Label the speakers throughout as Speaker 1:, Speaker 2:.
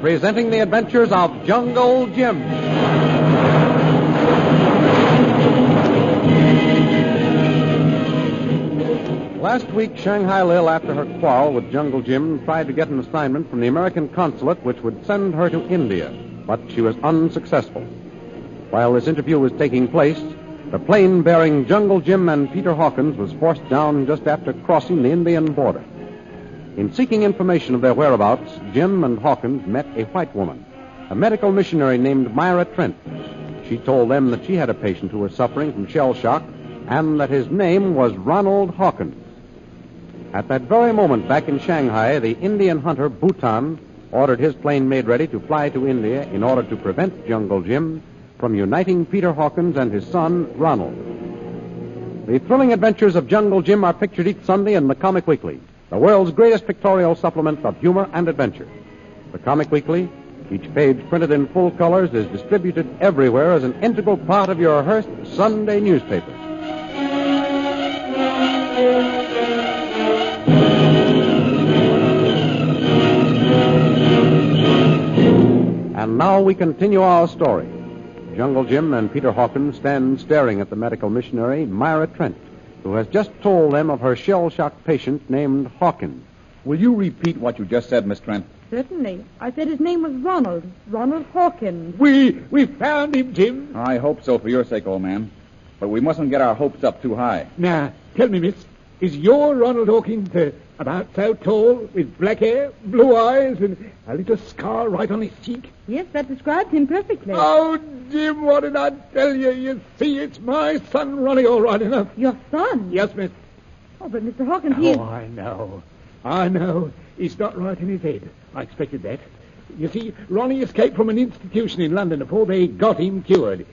Speaker 1: presenting the adventures of Jungle Jim. Last week, Shanghai Lil, after her quarrel with Jungle Jim, tried to get an assignment from the American consulate which would send her to India, but she was unsuccessful. While this interview was taking place, the plane bearing Jungle Jim and Peter Hawkins was forced down just after crossing the Indian border. In seeking information of their whereabouts, Jim and Hawkins met a white woman, a medical missionary named Myra Trent. She told them that she had a patient who was suffering from shell shock and that his name was Ronald Hawkins. At that very moment, back in Shanghai, the Indian hunter Bhutan ordered his plane made ready to fly to India in order to prevent Jungle Jim from uniting Peter Hawkins and his son, Ronald. The thrilling adventures of Jungle Jim are pictured each Sunday in the Comic Weekly, the world's greatest pictorial supplement of humor and adventure. The Comic Weekly, each page printed in full colors, is distributed everywhere as an integral part of your Hearst Sunday newspaper. And now we continue our story. Jungle Jim and Peter Hawkins stand staring at the medical missionary, Myra Trent, who has just told them of her shell shock patient named Hawkins.
Speaker 2: Will you repeat what you just said, Miss Trent?
Speaker 3: Certainly. I said his name was Ronald. Ronald Hawkins.
Speaker 4: We we found him, Jim.
Speaker 2: I hope so for your sake, old man. But we mustn't get our hopes up too high.
Speaker 4: Now, tell me, miss, is your Ronald Hawkins uh, about so tall, with black hair, blue eyes, and a little scar right on his cheek?
Speaker 3: Yes, that describes him perfectly.
Speaker 4: Oh, Jim, what did I tell you? You see, it's my son Ronnie, all right enough.
Speaker 3: Your son?
Speaker 4: Yes, miss.
Speaker 3: Oh, but Mr. Hawkins, he.
Speaker 4: Oh, I know. I know. He's not right in his head. I expected that. You see, Ronnie escaped from an institution in London before they got him cured.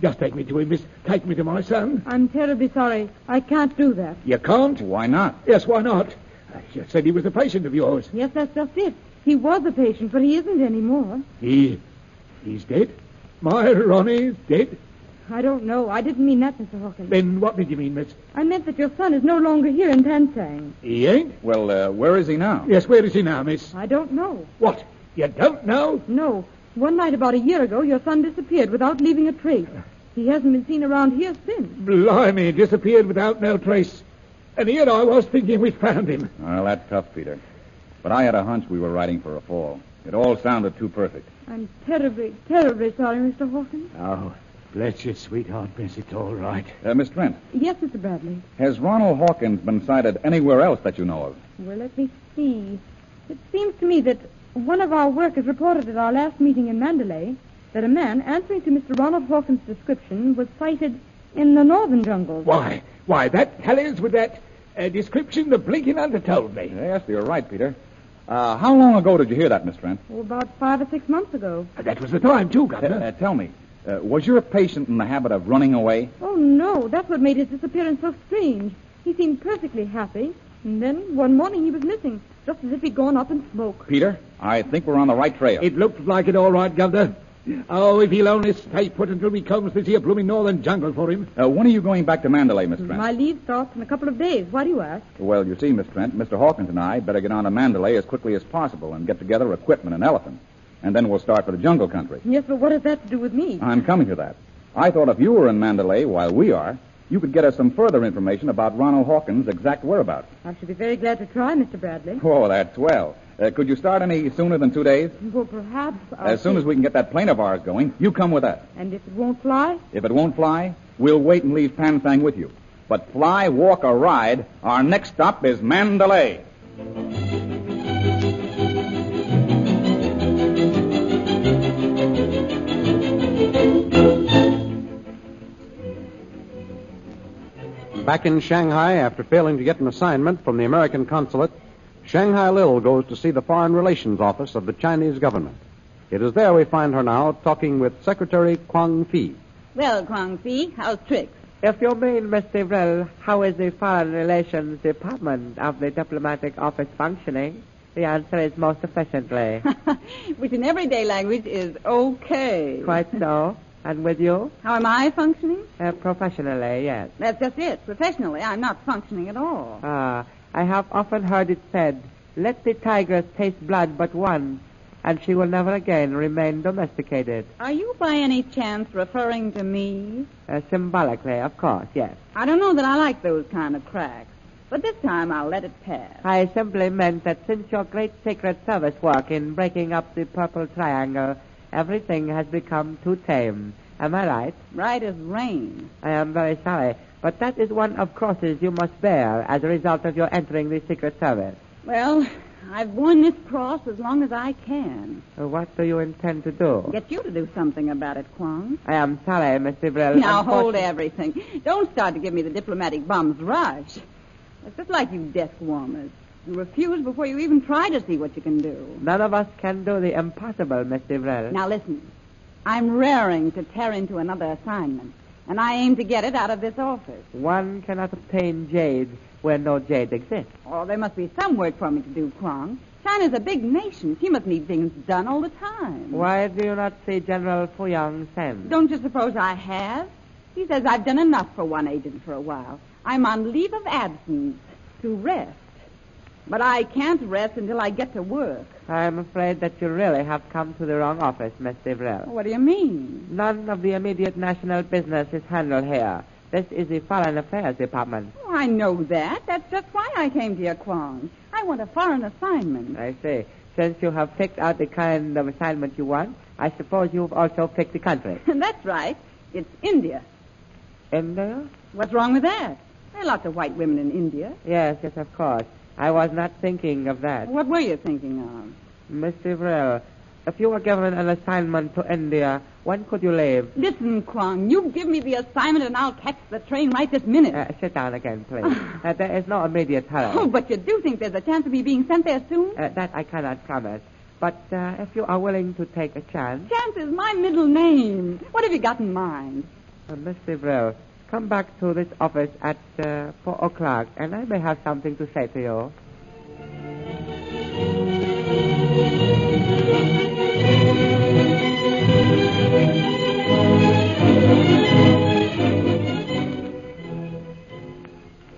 Speaker 4: Just take me to him, miss. Take me to my son.
Speaker 3: I'm terribly sorry. I can't do that.
Speaker 4: You can't?
Speaker 2: Why not?
Speaker 4: Yes, why not? You said he was a patient of yours.
Speaker 3: Yes, that's just it. He was a patient, but he isn't anymore.
Speaker 4: He, he's dead? My Ronnie's dead?
Speaker 3: I don't know. I didn't mean that, Mr. Hawkins.
Speaker 4: Then what did you mean, miss?
Speaker 3: I meant that your son is no longer here in Tansang.
Speaker 4: He ain't?
Speaker 2: Well, uh, where is he now?
Speaker 4: Yes, where is he now, miss?
Speaker 3: I don't know.
Speaker 4: What? You don't know?
Speaker 3: No. One night about a year ago, your son disappeared without leaving a trace. He hasn't been seen around here since.
Speaker 4: Blimey, disappeared without no trace. And here I was thinking we found him.
Speaker 2: Well, that's tough, Peter. But I had a hunch we were riding for a fall. It all sounded too perfect.
Speaker 3: I'm terribly, terribly sorry, Mr. Hawkins.
Speaker 4: Oh, bless your sweetheart, miss. It's all right.
Speaker 2: Uh, Miss Trent,
Speaker 3: Yes, Mr. Bradley.
Speaker 2: has Ronald Hawkins been sighted anywhere else that you know of?
Speaker 3: Well, let me see. It seems to me that one of our workers reported at our last meeting in Mandalay that a man answering to Mr. Ronald Hawkins' description was sighted in the northern jungles.
Speaker 4: Why? Why, that tallies with that uh, description the blinking hunter told me.
Speaker 2: Yes, you're right, Peter. Uh, how long ago did you hear that, Miss Trent?
Speaker 3: Oh, about five or six months ago.
Speaker 4: That was the time, too,
Speaker 2: Uh,
Speaker 4: Governor.
Speaker 2: uh, tell me, uh, was your patient in the habit of running away?
Speaker 3: Oh, no, that's what made his disappearance so strange. He seemed perfectly happy, and then one morning he was missing, just as if he'd gone up in smoke.
Speaker 2: Peter, I think we're on the right trail.
Speaker 4: It looks like it all right, Governor. Oh, if he'll only stay put until we combs this here blooming northern jungle for him.
Speaker 2: Uh, when are you going back to Mandalay, Miss Trent?
Speaker 3: My leave starts in a couple of days. Why do you ask?
Speaker 2: Well, you see, Miss Trent, Mr. Hawkins and I better get on to Mandalay as quickly as possible and get together equipment and elephants. And then we'll start for the jungle country.
Speaker 3: Yes, but what has that to do with me?
Speaker 2: I'm coming to that. I thought if you were in Mandalay while we are, you could get us some further information about Ronald Hawkins' exact whereabouts.
Speaker 3: I should be very glad to try, Mr. Bradley.
Speaker 2: Oh, that's well. Uh, could you start any sooner than two days?
Speaker 3: Well, perhaps. I'll
Speaker 2: As soon
Speaker 3: see.
Speaker 2: as we can get that plane of ours going, you come with us.
Speaker 3: And if it won't fly,
Speaker 2: If it won't fly, we'll wait and leave Pansang with you. But fly, walk, or ride, our next stop is Mandalay.
Speaker 1: Back in Shanghai, after failing to get an assignment from the American consulate, Shanghai Lil goes to see the Foreign Relations Office of the Chinese government. It is there we find her now talking with Secretary Kwang Fi.
Speaker 5: Well, Kwang Fi, how's tricks?
Speaker 6: If you mean, Mr. Will, how is the Foreign Relations Department of the Diplomatic Office functioning? The answer is most efficiently.
Speaker 5: Which in everyday language is okay.
Speaker 6: Quite so. And with you?
Speaker 5: How am I functioning?
Speaker 6: Uh, professionally, yes.
Speaker 5: That's just it. Professionally, I'm not functioning at all.
Speaker 6: Ah, I have often heard it said, let the tigers taste blood but once, and she will never again remain domesticated.
Speaker 3: Are you by any chance referring to me?
Speaker 6: Uh, symbolically, of course, yes.
Speaker 3: I don't know that I like those kind of cracks, but this time I'll let it pass.
Speaker 6: I simply meant that since your great secret service work in breaking up the purple triangle, everything has become too tame. Am I right?
Speaker 3: Right as rain.
Speaker 6: I am very sorry, but that is one of crosses you must bear as a result of your entering the Secret Service.
Speaker 3: Well, I've worn this cross as long as I can.
Speaker 6: Uh, What do you intend to do?
Speaker 3: Get you to do something about it, Kwong.
Speaker 6: I am sorry, Mr. Brill.
Speaker 3: Now hold
Speaker 6: Unfortunately-
Speaker 3: everything. Don't start to give me the diplomatic bum's rush. It's just like you desk warmers. You refuse before you even try to see what you can do.
Speaker 6: None of us can do the impossible, Mr. Brill.
Speaker 3: Now listen. I'm raring to tear into another assignment, and I aim to get it out of this office.
Speaker 6: One cannot obtain jade where no jade exists.
Speaker 3: Oh, there must be some work for me to do, Kwong. China's a big nation. She must need things done all the time.
Speaker 6: Why do you not see General Fuyang Sen?
Speaker 3: Don't you suppose I have? He says I've done enough for one agent for a while. I'm on leave of absence to rest. But I can't rest until I get to work.
Speaker 6: I am afraid that you really have come to the wrong office, Mr. Brill.
Speaker 3: What do you mean?
Speaker 6: None of the immediate national business is handled here. This is the Foreign Affairs Department.
Speaker 3: Oh, I know that. That's just why I came to your Kwong. I want a foreign assignment.
Speaker 6: I see. Since you have picked out the kind of assignment you want, I suppose you've also picked the country.
Speaker 3: That's right. It's India.
Speaker 6: India?
Speaker 3: What's wrong with that? There are lots of white women in India.
Speaker 6: Yes, yes, of course. I was not thinking of that.
Speaker 3: What were you thinking of?
Speaker 6: Mr. Vrell, if you were given an assignment to India, when could you leave?
Speaker 3: Listen, Kwong, you give me the assignment and I'll catch the train right this minute.
Speaker 6: Uh, sit down again, please. Uh, there is no immediate hurry.
Speaker 3: oh, but you do think there's a chance of me being sent there soon?
Speaker 6: Uh, that I cannot promise. But uh, if you are willing to take a chance,
Speaker 3: Chance is my middle name. What have you got in mind?
Speaker 6: uh, Mr. Vrell, come back to this office at uh, 4 o'clock, and I may have something to say to you.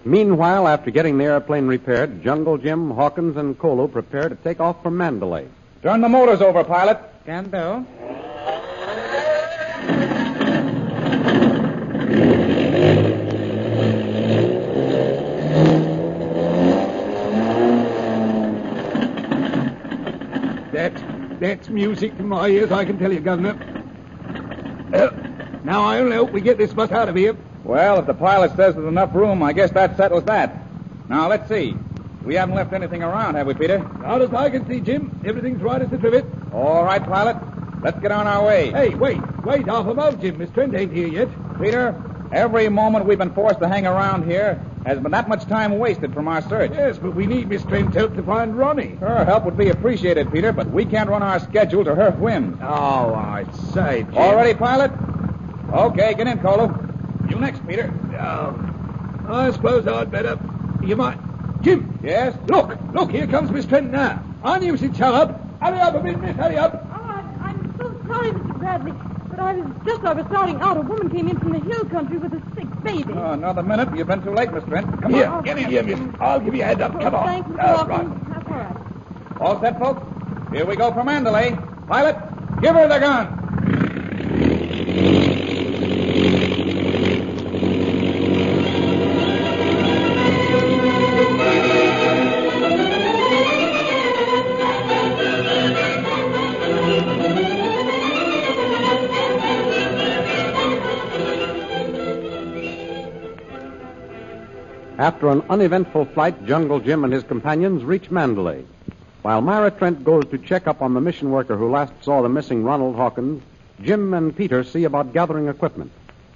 Speaker 1: Meanwhile, after getting the airplane repaired, Jungle Jim, Hawkins, and Kolo prepare to take off for Mandalay.
Speaker 2: Turn the motors over, pilot.
Speaker 6: Can do.
Speaker 4: That, that's music to my ears, I can tell you, Governor. Uh, now, I only hope we get this bus out of here.
Speaker 2: Well, if the pilot says there's enough room, I guess that settles that. Now, let's see. We haven't left anything around, have we, Peter?
Speaker 4: Out as I can see, Jim, everything's right as a trivet.
Speaker 2: All right, pilot. Let's get on our way.
Speaker 4: Hey, wait, wait, half a mile, Jim. Miss Trent ain't here yet.
Speaker 2: Peter, every moment we've been forced to hang around here has been that much time wasted from our search.
Speaker 4: Yes, but we need Miss Trent's help to find Ronnie.
Speaker 2: Her help would be appreciated, Peter, but we can't run our schedule to her whims.
Speaker 4: Oh, I say, Jim.
Speaker 2: All ready, pilot? Okay, get in, Colo. You next, Peter.
Speaker 4: Oh, I suppose I'd better. You might. Jim!
Speaker 2: Yes?
Speaker 4: Look, look, here comes Miss Trent now. I knew she'd show up. Hurry up a bit, miss, hurry up.
Speaker 7: Oh, I'm, I'm so sorry, Mr. Bradley, but I was just I was starting out. A woman came in from the hill country with a sick baby.
Speaker 4: Uh,
Speaker 2: Oh, another minute. You've been too late, Miss Trent. Come
Speaker 4: Here,
Speaker 2: on.
Speaker 4: get in here, miss. I'll give you a hand up. Come on.
Speaker 7: Thank you,
Speaker 4: That's
Speaker 7: Mr.
Speaker 4: right.
Speaker 7: Hawkins. That's all right.
Speaker 2: All set, folks? Here we go for Mandalay. Pilot, give her the gun.
Speaker 1: After an uneventful flight, Jungle Jim and his companions reach Mandalay. While Myra Trent goes to check up on the mission worker who last saw the missing Ronald Hawkins, Jim and Peter see about gathering equipment.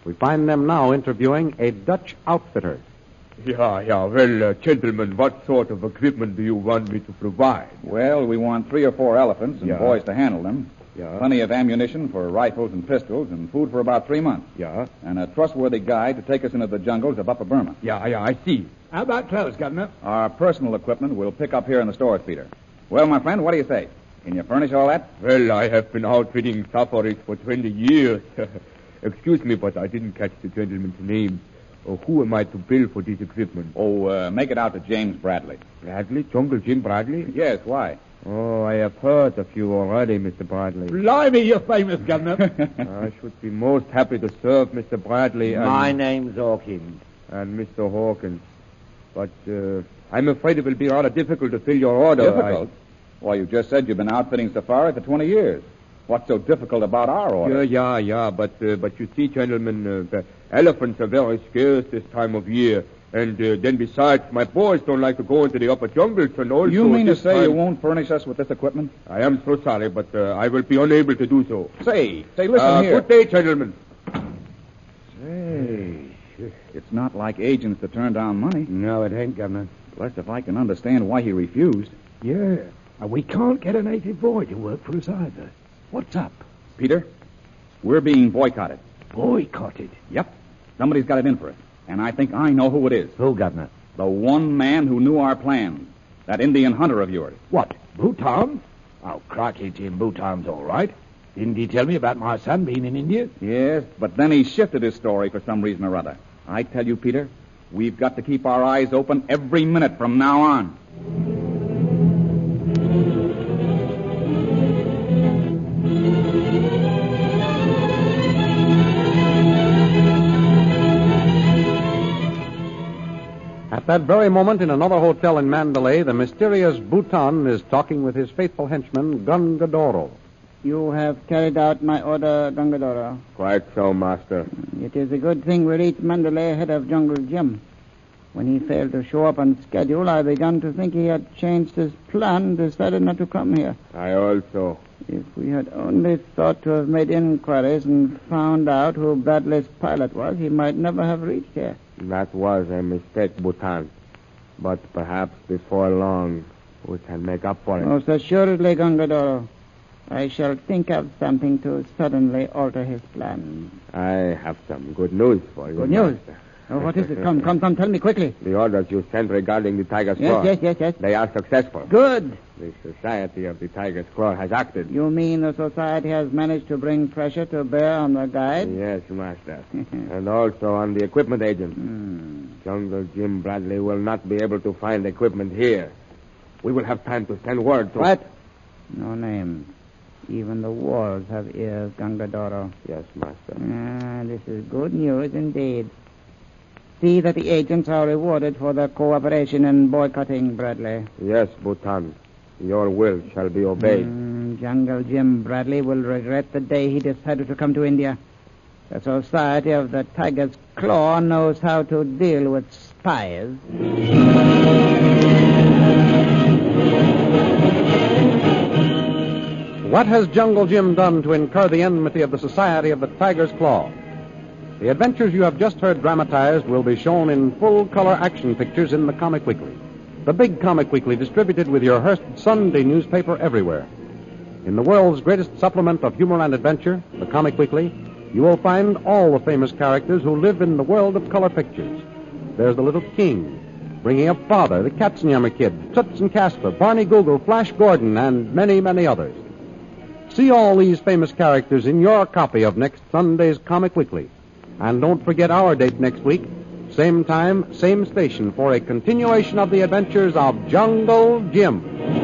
Speaker 1: We find them now interviewing a Dutch outfitter.
Speaker 8: Yeah, yeah. Well, uh, gentlemen, what sort of equipment do you want me to provide?
Speaker 2: Well, we want three or four elephants and
Speaker 8: Yeah.
Speaker 2: boys to handle them.
Speaker 8: Yeah.
Speaker 2: Plenty of ammunition for rifles and pistols and food for about three months.
Speaker 8: Yeah.
Speaker 2: And a trustworthy guide to take us into the jungles of Upper Burma.
Speaker 8: Yeah, yeah, I see.
Speaker 4: How about clothes, Governor?
Speaker 2: Our personal equipment we'll pick up here in the stores, Peter. Well, my friend, what do you say? Can you furnish all that?
Speaker 8: Well, I have been outfitting safaris for 20 years. Excuse me, but I didn't catch the gentleman's name. Uh, who am I to bill for this equipment?
Speaker 2: Oh, uh, make it out to James Bradley.
Speaker 8: Bradley? Jungle Jim Bradley?
Speaker 2: Yes, why?
Speaker 8: Oh, I have heard of you already, Mr. Bradley.
Speaker 4: Blimey, you're famous, Governor.
Speaker 8: I should be most happy to serve Mr. Bradley and,
Speaker 9: My name's Hawkins.
Speaker 8: and Mr. Hawkins. But uh, I'm afraid it will be rather difficult to fill your order.
Speaker 2: difficult? Why, you just said you've been outfitting Safari for 20 years. What's so difficult about our
Speaker 8: I,
Speaker 2: order?
Speaker 8: yeah, yeah, yeah. But, uh, but you see, gentlemen, uh, the elephants are very scarce this time of year. And uh, then besides, my boys don't like to go into the upper jungles and also...
Speaker 2: you mean to
Speaker 8: this
Speaker 2: say
Speaker 8: time-
Speaker 2: you won't furnish us with this equipment?
Speaker 8: I am so sorry, but uh, I will be unable to do so.
Speaker 2: Say, say, listen
Speaker 8: Uh,
Speaker 2: here.
Speaker 8: Good day, gentlemen.
Speaker 2: It's not like agents to turn down money.
Speaker 9: No, it ain't, Governor.
Speaker 2: Blessed if I can understand why he refused.
Speaker 4: yeah. And Uh, we can't get a native boy to work for us either.
Speaker 2: What's up? Peter, we're being boycotted.
Speaker 4: Boycotted.
Speaker 2: Yep. Somebody's got it in for us. And I think I know who it is.
Speaker 9: Who, Governor?
Speaker 2: The one man who knew our plan. That Indian hunter of yours.
Speaker 4: What? Bhutan? Oh, crikey, Jim, Bhutan's all right. Didn't he tell me about my son being in India?
Speaker 2: Yes, but then he shifted his story for some reason or other. I tell you, Peter, we've got to keep our eyes open every minute from now on.
Speaker 1: At that very moment, in another hotel in Mandalay, the mysterious Bhutan is talking with his faithful henchman, Gungadoro.
Speaker 6: You have carried out my order, Gungadora.
Speaker 8: Quite so, Master.
Speaker 6: It is a good thing we reached Mandalay ahead of Jungle Jim. When he failed to show up on schedule, I began to think he had changed his plan and decided not to come here.
Speaker 8: I also.
Speaker 6: If we had only thought to have made inquiries and found out who Bradley's pilot was, he might never have reached here.
Speaker 8: That was a mistake, Bhutan. But perhaps before long, we can make up for it.
Speaker 6: Most assuredly, Gungadoro. I shall think of something to suddenly alter his plan.
Speaker 8: I have some good news for you.
Speaker 6: Good news?
Speaker 8: Master.
Speaker 6: Oh, what is it? Come, come, come, tell me quickly.
Speaker 8: The orders you sent regarding the Tiger's Claw.
Speaker 6: Yes, yes, yes, yes.
Speaker 8: They are successful.
Speaker 6: Good.
Speaker 8: The Society of the Tiger's Claw has acted.
Speaker 6: You mean the society has managed to bring pressure to bear on the guide?
Speaker 8: Yes, Master. and also on the equipment agent.
Speaker 6: Hmm.
Speaker 8: Jungle Jim Bradley will not be able to find equipment here. We will have time to send word to.
Speaker 6: What? No name. Even the walls have ears, Gangadoro.
Speaker 8: Yes, Master.
Speaker 6: Ah, this is good news indeed. See that the agents are rewarded for their cooperation in boycotting Bradley.
Speaker 8: Yes, Bhutan. Your will shall be obeyed.
Speaker 6: Hmm, Jungle Jim Bradley will regret the day he decided to come to India. The Society of the Tiger's Claw knows how to deal with spies.
Speaker 1: What has Jungle Jim done to incur the enmity of the Society of the Tiger's Claw? The adventures you have just heard dramatized will be shown in full color action pictures in the Comic Weekly, the big Comic Weekly distributed with your Hearst Sunday newspaper everywhere. In the world's greatest supplement of humor and adventure, the Comic Weekly, you will find all the famous characters who live in the world of color pictures. There's the Little King, Bringing Up Father, the Katzenjammer Kid, Toots and Casper, Barney Google, Flash Gordon, and many, many others. See all these famous characters in your copy of next Sunday's Comic Weekly. And don't forget our date next week, same time, same station, for a continuation of the adventures of Jungle Jim.